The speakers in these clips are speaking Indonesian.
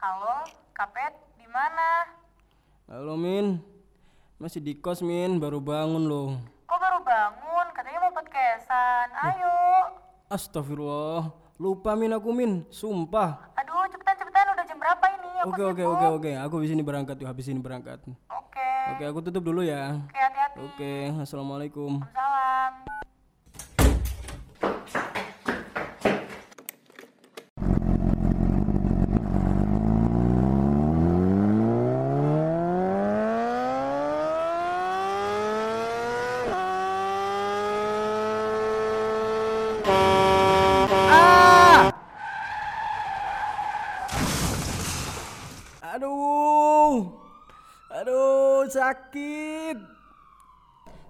Halo, Kapet, di mana? Halo Min, masih di kos Min, baru bangun loh. Kok baru bangun? Katanya mau podcastan. Iya. Ayo. Astagfirullah, lupa Min aku Min, sumpah. Aduh, cepetan cepetan udah jam berapa ini? Aku Oke oke sibuk. oke oke, aku habis ini berangkat yuk, habis ini berangkat. Oke. Oke, aku tutup dulu ya. Oke, hati-hati. Oke, assalamualaikum. Salam. Aduh, aduh sakit.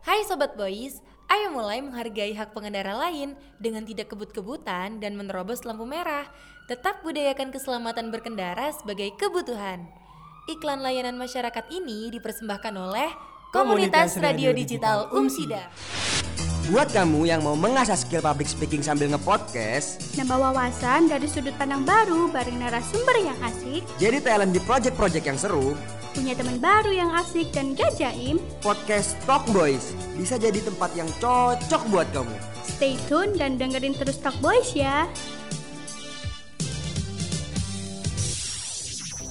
Hai Sobat Boys, ayo mulai menghargai hak pengendara lain dengan tidak kebut-kebutan dan menerobos lampu merah. Tetap budayakan keselamatan berkendara sebagai kebutuhan. Iklan layanan masyarakat ini dipersembahkan oleh Komunitas, Komunitas Radio, Radio Digital Digital Umsida. Buat kamu yang mau mengasah skill public speaking sambil ngepodcast, Nambah wawasan dari sudut pandang baru bareng narasumber yang asik, jadi talent di project-project yang seru, punya teman baru yang asik dan gajaim. podcast Talk Boys bisa jadi tempat yang cocok buat kamu. Stay tune dan dengerin terus Talk Boys ya.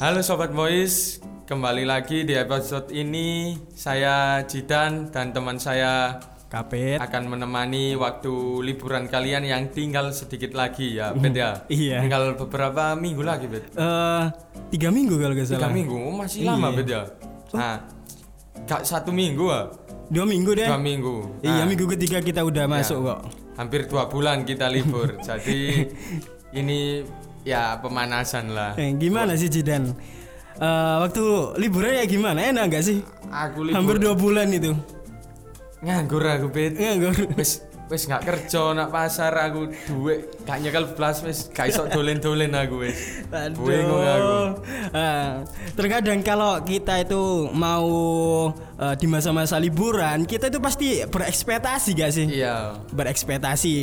Halo Sobat Boys, kembali lagi di episode ini Saya Jidan dan teman saya Kapet. akan menemani waktu liburan kalian yang tinggal sedikit lagi ya Bet ya Iya. Tinggal beberapa minggu lagi Bet Eh, tiga minggu kalau nggak Tiga salah. minggu, oh, masih Iya. Oh. lama Bet ya Nah, gak satu minggu ah, Dua minggu deh. dua minggu Iya, Nah, minggu ketiga kita udah masuk kok. Hampir dua bulan kita libur, jadi ini ya pemanasan lah Eh, gimana sih Jidan? Eh, waktu liburan ya gimana? Enak nggak sih? Aku Hampir dua libur, bulan itu. Iya, nganggur aku Bet Eh. Nganggur. wis wis gak kerja nak pasar aku duit gak nyekel belas wis gak iso dolen-dolen aku wis bingung aku Aduh. Ah, terkadang kalau kita itu mau eh, di masa-masa liburan, kita itu pasti berekspektasi gak sih? iya Berekspektasi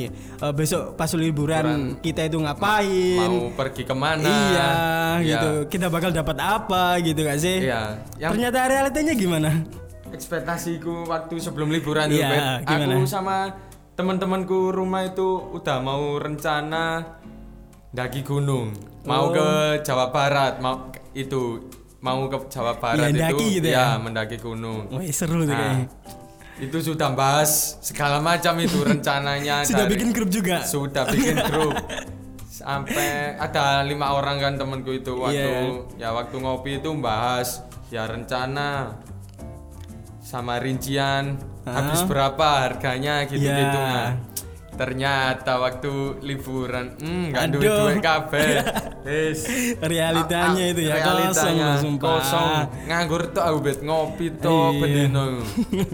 eh, besok pas liburan kita itu ngapain? mau pergi kemana Iya, Iya. gitu. Kita bakal dapat apa gitu gak sih? iya yang Ternyata realitanya gimana? ekspektasiku waktu sebelum liburan tuh, Iya, Bet. aku gimana? sama teman-temanku rumah itu udah mau rencana daki gunung mau Oh. ke Jawa Barat mau ke- itu mau ke Jawa Barat Iya, itu daki gitu ya, ya? mendaki gunung Wih, seru tuh Nah, kayaknya. itu sudah bahas segala macam itu rencananya Sudah dari- bikin grup juga. sudah bikin grup sampai ada lima orang kan temanku itu Iya, waktu ya waktu ngopi itu bahas ya rencana sama rincian habis berapa harganya gitu gitu Ya. ternyata waktu liburan hmm nggak Aduh. Iya. duit duit kabeh Yes. Realitanya Ah, ah, itu ya kosong, realitanya loh, sumpah. kosong nganggur tuh aku bet ngopi tuh Iya. pendino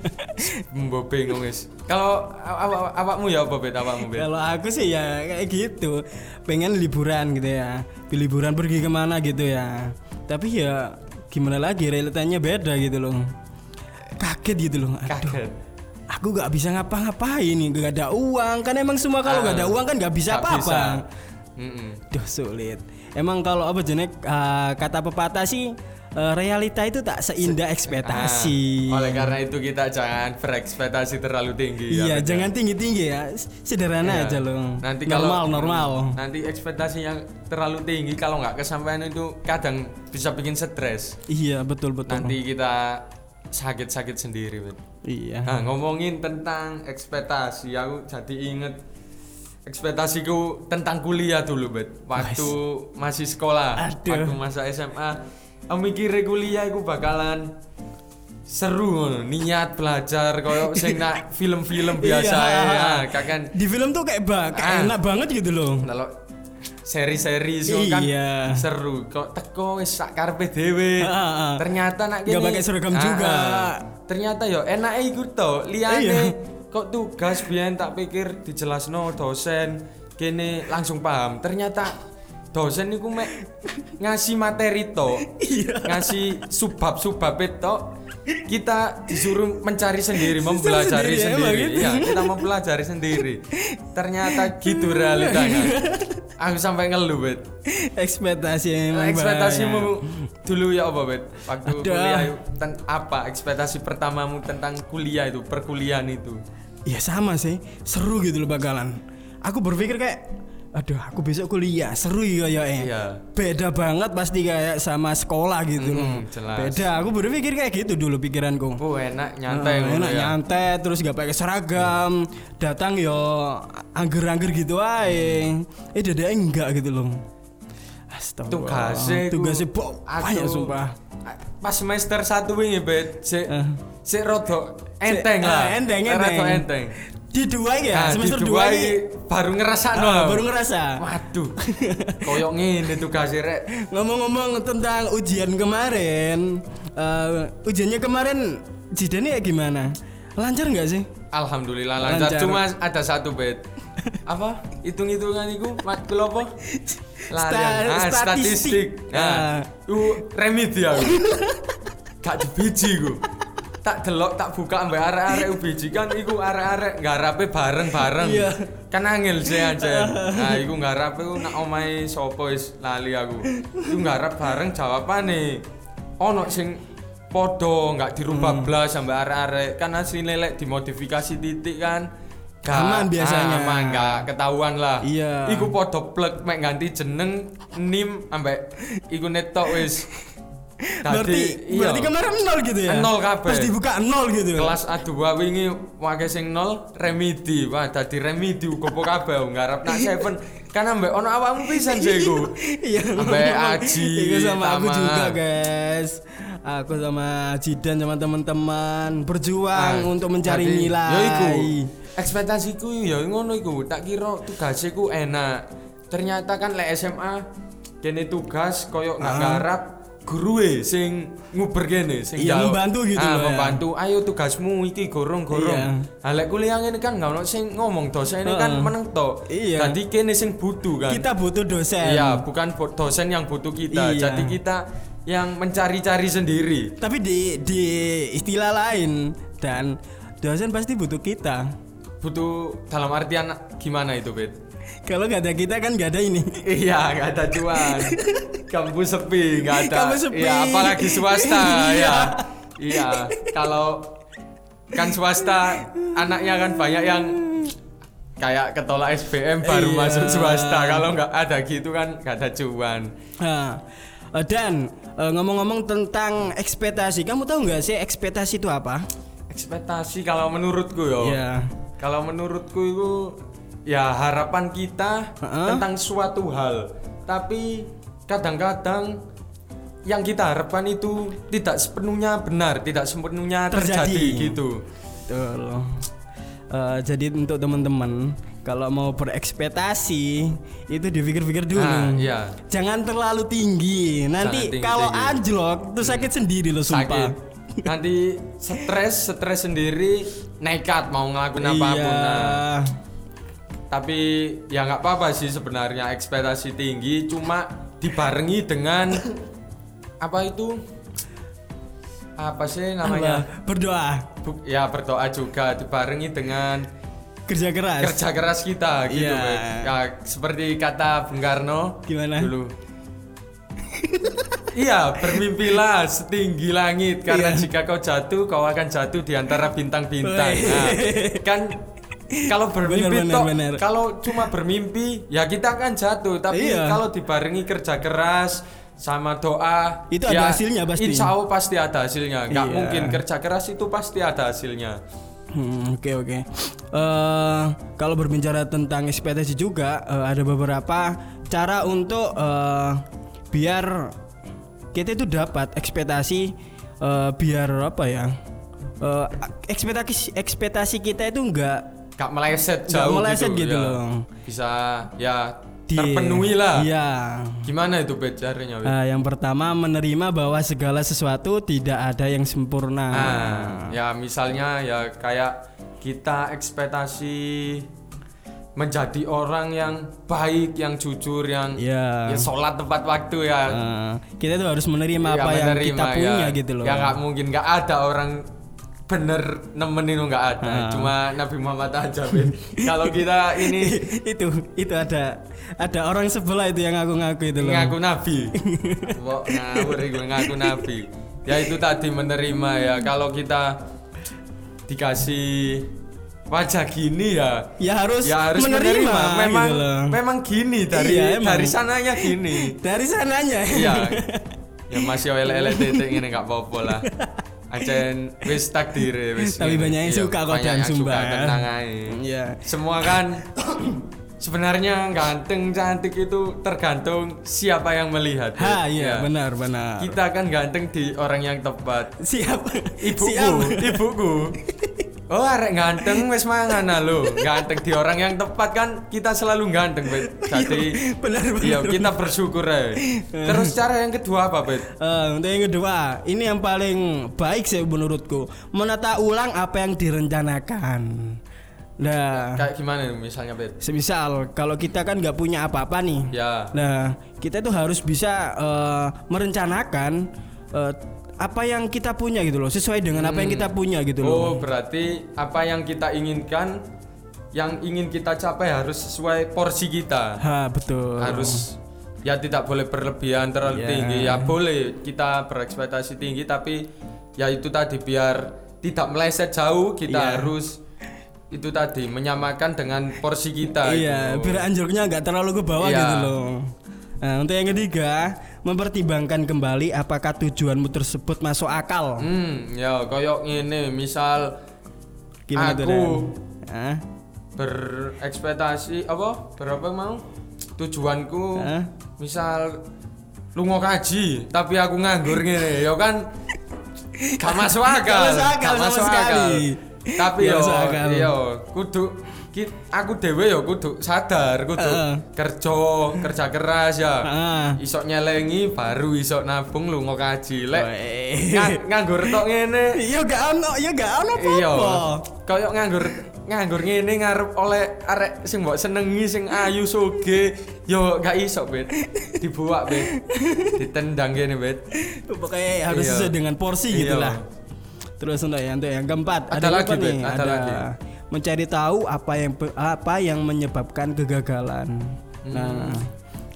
mbok bingung wis kalau awak awakmu ya apa bet awakmu bet Kalau aku sih ya kayak gitu, pengen liburan gitu ya, Di liburan pergi kemana gitu ya. Tapi ya gimana lagi realitanya beda gitu loh. Kaget gitu loh. Aduh, kaget aku gak bisa ngapa-ngapain, gak ada uang kan emang semua kalau Ah, gak ada uang kan gak bisa Nggak bisa. apa-apa. Mm-mm. Duh sulit. Emang kalau apa jenek eh, kata pepatah sih eh, realita itu tak seindah ekspektasi. Ah, oleh karena itu kita jangan berekspektasi terlalu tinggi ya, Iya, Bet, ya. jangan tinggi-tinggi ya. S- Sederhana Iya. aja loh. Nanti normal kalau Hmm. normal. Nanti ekspektasi yang terlalu tinggi kalau nggak kesampaian itu kadang bisa bikin stres. Iya, betul betul. Nanti kita sakit-sakit sendiri, Bet. Iya. Nah, ngomongin tentang ekspektasi, aku jadi inget ekspektasiku tentang kuliah dulu, Bet. Waktu masih sekolah, Aduh. waktu masa SMA, aku mikirnya kuliah aku bakalan seru ngono, niat belajar koyo sing nak film-film biasa ya, kakan Iya. Di film tuh kayak ba- kayak Ah. enak banget gitu loh. kalau seri-seri so kan Iya. seru kok teko wis sak karepe dhewe. Ah, ah, ah. Ternyata Nggak nak kene- Ah, pakai seragam juga. Ternyata yo enake iku to, liyane Iya. kok tugas biyen tak pikir dijelasno dosen kene langsung paham. Ternyata dosen niku mek ngasih materi to. Iya. ngasih subbab-subbab to. Kita disuruh mencari sendiri, mempelajari sendiri ya, emang sendiri. gitu. Iya, kita mempelajari sendiri. Ternyata gitu realitanya. aku sampai ngeluh bet ekspektasi emang ekspektasimu banyak. dulu ya apa bet waktu Aduh. kuliah yuk, ten- apa ekspektasi pertamamu tentang kuliah itu perkuliahan itu ya sama sih seru gitu loh bakalan aku berpikir kayak aduh aku besok kuliah seru ya kayaknya Iya. beda banget pasti kayak sama sekolah gitu loh Mm, jelas. beda aku berpikir kayak gitu dulu pikiranku oh enak nyantai Nah, ngono enak ya. nyantai terus gak pakai seragam datang yo angger-angger gitu ae eh dadanya enggak gitu loh Astagfirullah. tugasnya ku- Ah, tugasnya bok banyak aku- sumpah pas semester satu ini bet si Eh. si rodok enteng Se- lah ah, enteng Rodok enteng enteng di dua iki ya Nah, di semester dua dua ini ini baru ngerasa Ah, baru ngerasa waduh koyok ngene tugasnya rek Ngomong-ngomong tentang ujian kemarin, eh, ujiannya kemarin jadinya gimana? Lancar nggak sih? Alhamdulillah lancar. Lancar. Cuma ada satu bed. Apa? Hitung-hitungan itu matkul apa? Larian. Sta- Ah, statistik. statistik. Ah. Nah, u remedi aku. Gak dibiji ku. Tak delok, tak buka mbak arek-arek u biji kan iku arek-arek garape bareng-bareng. Iya. Kan angel sih aja. Nah, iku garape ku nak omahe sapa wis lali aku. Iku garap bareng jawabane. Ono sing podo nggak Hmm. dirubah blas sampai arek-arek kan asli lelek dimodifikasi titik kan Gak- Aman biasanya. ah, aman nggak ketahuan lah Iya. iku podo plek mek ganti jeneng nim ambek iku netok wis Dadi, berarti berarti iya. kemarin nol gitu ya? Nol kabeh. Pas dibuka nol gitu. kelas A2 wingi wake sing nol remedi wah dadi remedi uga po kabeh ngarep nak seven kan ambek ono awakmu pisan sih iku Iya. Sampai ngomong-ngomong, Aji, Itu sama aku Tama. juga, guys. Aku sama Aji dan sama teman-teman berjuang Ah, untuk mencari jadi, nilai. Ya iku. Ekspektasiku ya ngono iku. Tak kira tugasku enak. Ternyata kan lek SMA kene tugas Ah. koyo nggak garap gurue sing nguber kene sing Iya, jawab. membantu gitu Ah, loh ya. Iya. membantu. Ayo tugasmu iki gorong-gorong. Nah, lek kuliah ngene kan nggak ono sing ngomong dosen ini kan Heeh. meneng tok. Iya. Dadi kene sing butuh kan. Kita butuh dosen. Iya, bukan bo- dosen yang butuh kita. Iya. Jadi kita yang mencari-cari sendiri. Tapi di di istilah lain dan dosen pasti butuh kita. Butuh dalam artian gimana itu, Bet? Kalau nggak ada kita kan nggak ada ini. Iya, nggak ada cuan. Kampus sepi, nggak ada. Kampus sepi. Iya, apalagi swasta, Iya. ya. Iya, kalau kan swasta anaknya kan banyak yang kayak ketolak SBM baru Iya. masuk swasta. Kalau nggak ada gitu kan nggak ada cuan. Nah, eh, dan eh, ngomong-ngomong tentang ekspektasi, kamu tahu nggak sih ekspektasi itu apa? Ekspektasi kalau menurutku yo. Iya. Kalau menurutku itu ya harapan kita Heeh. tentang suatu hal. Tapi kadang-kadang yang kita harapkan itu tidak sepenuhnya benar, tidak sepenuhnya terjadi, Terjadi. gitu. Betul. Eh, jadi untuk teman-teman kalau mau berekspektasi itu dipikir-pikir dulu. Nah, iya. Jangan terlalu tinggi. Nanti tinggi-tinggi. kalau anjlok tuh sakit sendiri loh Hmm. Sakit. sumpah. Nanti stres, stres sendiri nekat mau ngelakuin apapun. Iya. Nah, tapi ya nggak apa-apa sih sebenarnya ekspektasi tinggi cuma dibarengi dengan apa itu apa sih Apa? namanya Berdoa, Bu- ya berdoa juga dibarengi dengan kerja keras. kerja keras kita gitu Iya. Bet. ya seperti kata Bung Karno Gimana? dulu iya bermimpilah setinggi langit karena Iya. jika kau jatuh kau akan jatuh di antara bintang-bintang Wih. Nah, kan kalau bermimpi Benar, benar, tok, benar. kalau cuma bermimpi ya kita akan jatuh tapi Iya. kalau dibarengi kerja keras sama doa Itu ada ya, hasilnya pasti. insya Allah pasti ada hasilnya nggak Iya. mungkin kerja keras itu pasti ada hasilnya Hmm, Oke oke. Eh, kalau berbicara tentang ekspektasi juga eh, ada beberapa cara untuk eh, biar kita itu dapat ekspektasi eh, biar apa ya? Eh, ekspektasi ekspektasi kita itu enggak gak meleset jauh meleset gitu ya. loh. bisa ya terpenuhi lah Iya. gimana itu Bet, caranya Bet? Eh, yang pertama menerima bahwa segala sesuatu tidak ada yang sempurna. Ah, ya misalnya ya kayak kita ekspektasi menjadi orang yang baik yang jujur yang Iya. ya sholat tepat waktu ya Eh, kita itu harus menerima Ya, apa yang menerima, kita punya ya. gitu loh. ya nggak mungkin nggak ada orang bener nemenin lo nggak Ah. ada cuma Nabi Muhammad aja Ben kalau kita ini itu itu ada ada orang sebelah itu yang ngaku-ngaku itu loh. ngaku nabi Wah, ngawur iku, ngaku nabi ya itu tadi menerima ya kalau kita dikasih wajah gini ya Ya harus, ya harus menerima, menerima, memang gitu loh. memang gini dari Iya, emang. dari sananya gini dari sananya. iya ya masih Iya. elek-elek titik ini nggak apa-apa lah Acen wis takdir wis Tapi ngene. banyak yang Iya, suka kok banyak dan yang suka, sumbang. tenang ae. Iya. Semua kan sebenarnya ganteng cantik itu tergantung siapa yang melihat. Ha, Ya. iya benar benar. Kita kan ganteng di orang yang tepat. siap Ibuku, siap. ibuku. Oh, arek ganteng wis mangan ah, lho. Ganteng di orang yang tepat kan kita selalu ganteng, Bet. Jadi Iya, benar, benar, Iya, kita bersyukur ya. Terus cara yang kedua apa, Bet? Eh, untuk yang kedua, ini yang paling baik sih menurutku, menata ulang apa yang direncanakan. Nah, Kayak gimana nih misalnya, Bet? semisal kalau kita kan nggak punya apa-apa nih. Ya. Nah, kita tuh harus bisa eh, merencanakan eh, apa yang kita punya gitu loh, sesuai dengan apa yang kita punya gitu loh. Hmm. Oh, berarti apa yang kita inginkan, yang ingin kita capai harus sesuai porsi kita. Ha, betul. Harus ya tidak boleh berlebihan terlalu Iya. tinggi. Ya boleh kita berekspektasi tinggi tapi ya itu tadi biar tidak meleset jauh kita Iya. harus itu tadi menyamakan dengan porsi kita. Iya, gitu. biar anjurnya nggak terlalu ke bawah Iya. gitu loh. Nah, untuk yang ketiga, mempertimbangkan kembali apakah tujuanmu tersebut masuk akal. Hmm, ya koyok ini misal Gimana tuh, aku Dan? Hah? berekspektasi apa berapa mau tujuanku Hah? misal lu mau kaji tapi aku nganggur gini ya kan gak masuk Gak akal masuk akal sama sekali. tapi Gak yo masuk akal. yo kudu ki- aku dewe yo kudu sadar kudu Heeh. kerja kerja keras ya Heeh. isok nyelengi baru isok nabung lu mau kaji lek Weh. ngang- nganggur tok ngene Iya gak ono, iya gak ono iya apa-apa. kaya nganggur nganggur ngene ngarep oleh arek sing mbok senengi sing ayu soge yo gak iso bet dibuak bet ditendang gini bet Pokoknya harus Iya. sesuai dengan porsi Iya. gitu lah. Terus untuk yang untuk yang keempat, Ada apa lagi, nih? Ben? Ada lagi. mencari tahu apa yang pe- apa yang menyebabkan kegagalan. Hmm. Nah,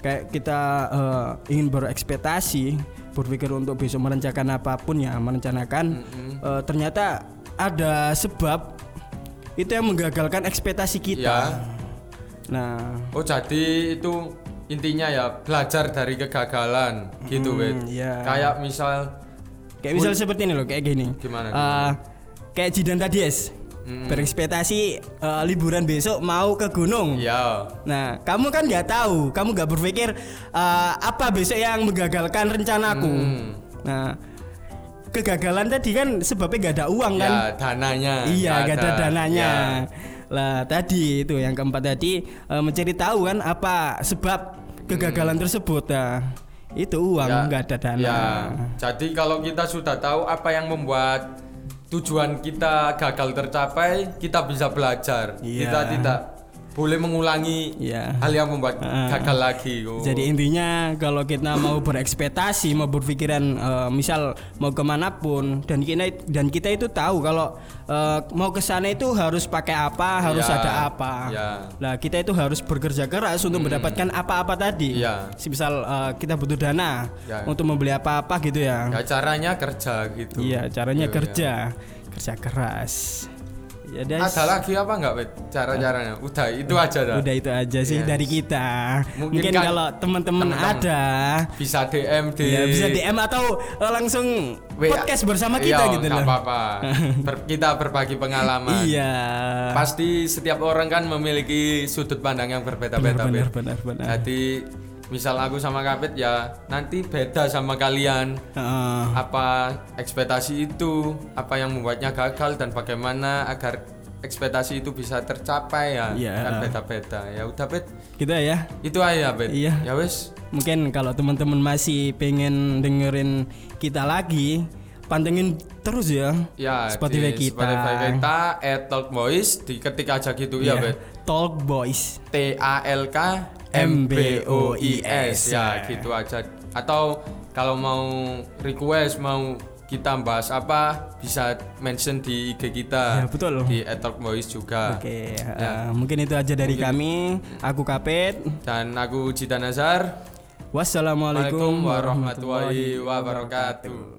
kayak kita eh, ingin berekspektasi, berpikir untuk besok merencanakan apapun ya, merencanakan Hmm. eh, ternyata ada sebab itu yang menggagalkan ekspektasi kita. Ya. Nah, oh jadi itu intinya ya belajar dari kegagalan gitu bet Hmm, iya. kayak misal Kayak misal seperti ini loh, kayak gini. Gimana, Eh, gimana? kayak Jidan tadi yes. Berekspektasi eh, liburan besok mau ke gunung. ya Nah, kamu kan nggak tahu, kamu nggak berpikir eh, apa besok yang menggagalkan rencanaku. Mm. Nah, kegagalan tadi kan sebabnya nggak ada uang kan? ya dananya Iya, gak gak ada dananya. Ya. Lah tadi itu yang keempat tadi eh, mencari tahu kan apa sebab kegagalan Mm. tersebut. Nah, itu uang Ya, nggak ada dana. ya. Jadi kalau kita sudah tahu apa yang membuat tujuan kita gagal tercapai, kita bisa belajar. Iya. Kita tidak boleh mengulangi Iya. hal yang membuat Ah. gagal lagi. Oh. Jadi intinya kalau kita mau berekspektasi, mau berpikiran eh, misal mau kemana pun dan kita dan kita itu tahu kalau eh, mau ke sana itu harus pakai apa, harus Ya, ada apa. ya. Hmm. Nah kita itu harus bekerja keras untuk mendapatkan apa-apa tadi. Ya. Misal eh, kita butuh dana Ya. untuk membeli apa-apa gitu ya. Ya, caranya kerja gitu. Iya caranya Iya, kerja, kerja keras. Ya iya. guys, Ada lagi apa enggak, Bet? Cara-caranya. Udah, itu aja dah. Udah itu aja sih Yes. dari kita. Mungkin Mungkin, kan kalau teman-teman teman-teman- ada Bisa DM di Ya bisa DM atau eh, langsung WA. podcast bersama kita Iya, gitu nggak loh. apa-apa. Ber- kita berbagi pengalaman. Iya. Pasti setiap orang kan memiliki sudut pandang yang berbeda-beda. Benar, benar, Bet. benar, benar. Jadi misal aku sama Kapit ya nanti beda sama kalian. Heeh. Apa ekspektasi itu, apa yang membuatnya gagal dan bagaimana agar ekspektasi itu bisa tercapai ya. Iya. Kan beda-beda. Ya udah Bet, Gitu ya. itu aja Bet. Iya. Ya wes. Mungkin kalau teman-teman masih pengen dengerin kita lagi, pantengin terus ya. Ya, Spotify di kita. Spotify kita at Talk Boys diketik aja gitu Iya. ya, Bet. Talk Boys. T A L K M B O I S ya gitu aja atau kalau mau request mau kita bahas apa bisa mention di IG kita Ya, betul. di @talkboys juga Oke, Ya. eh, mungkin itu aja dari kami. Aku Kapit. dan aku Cita Nazar Wassalamualaikum Assalamualaikum warahmatullahi wabarakatuh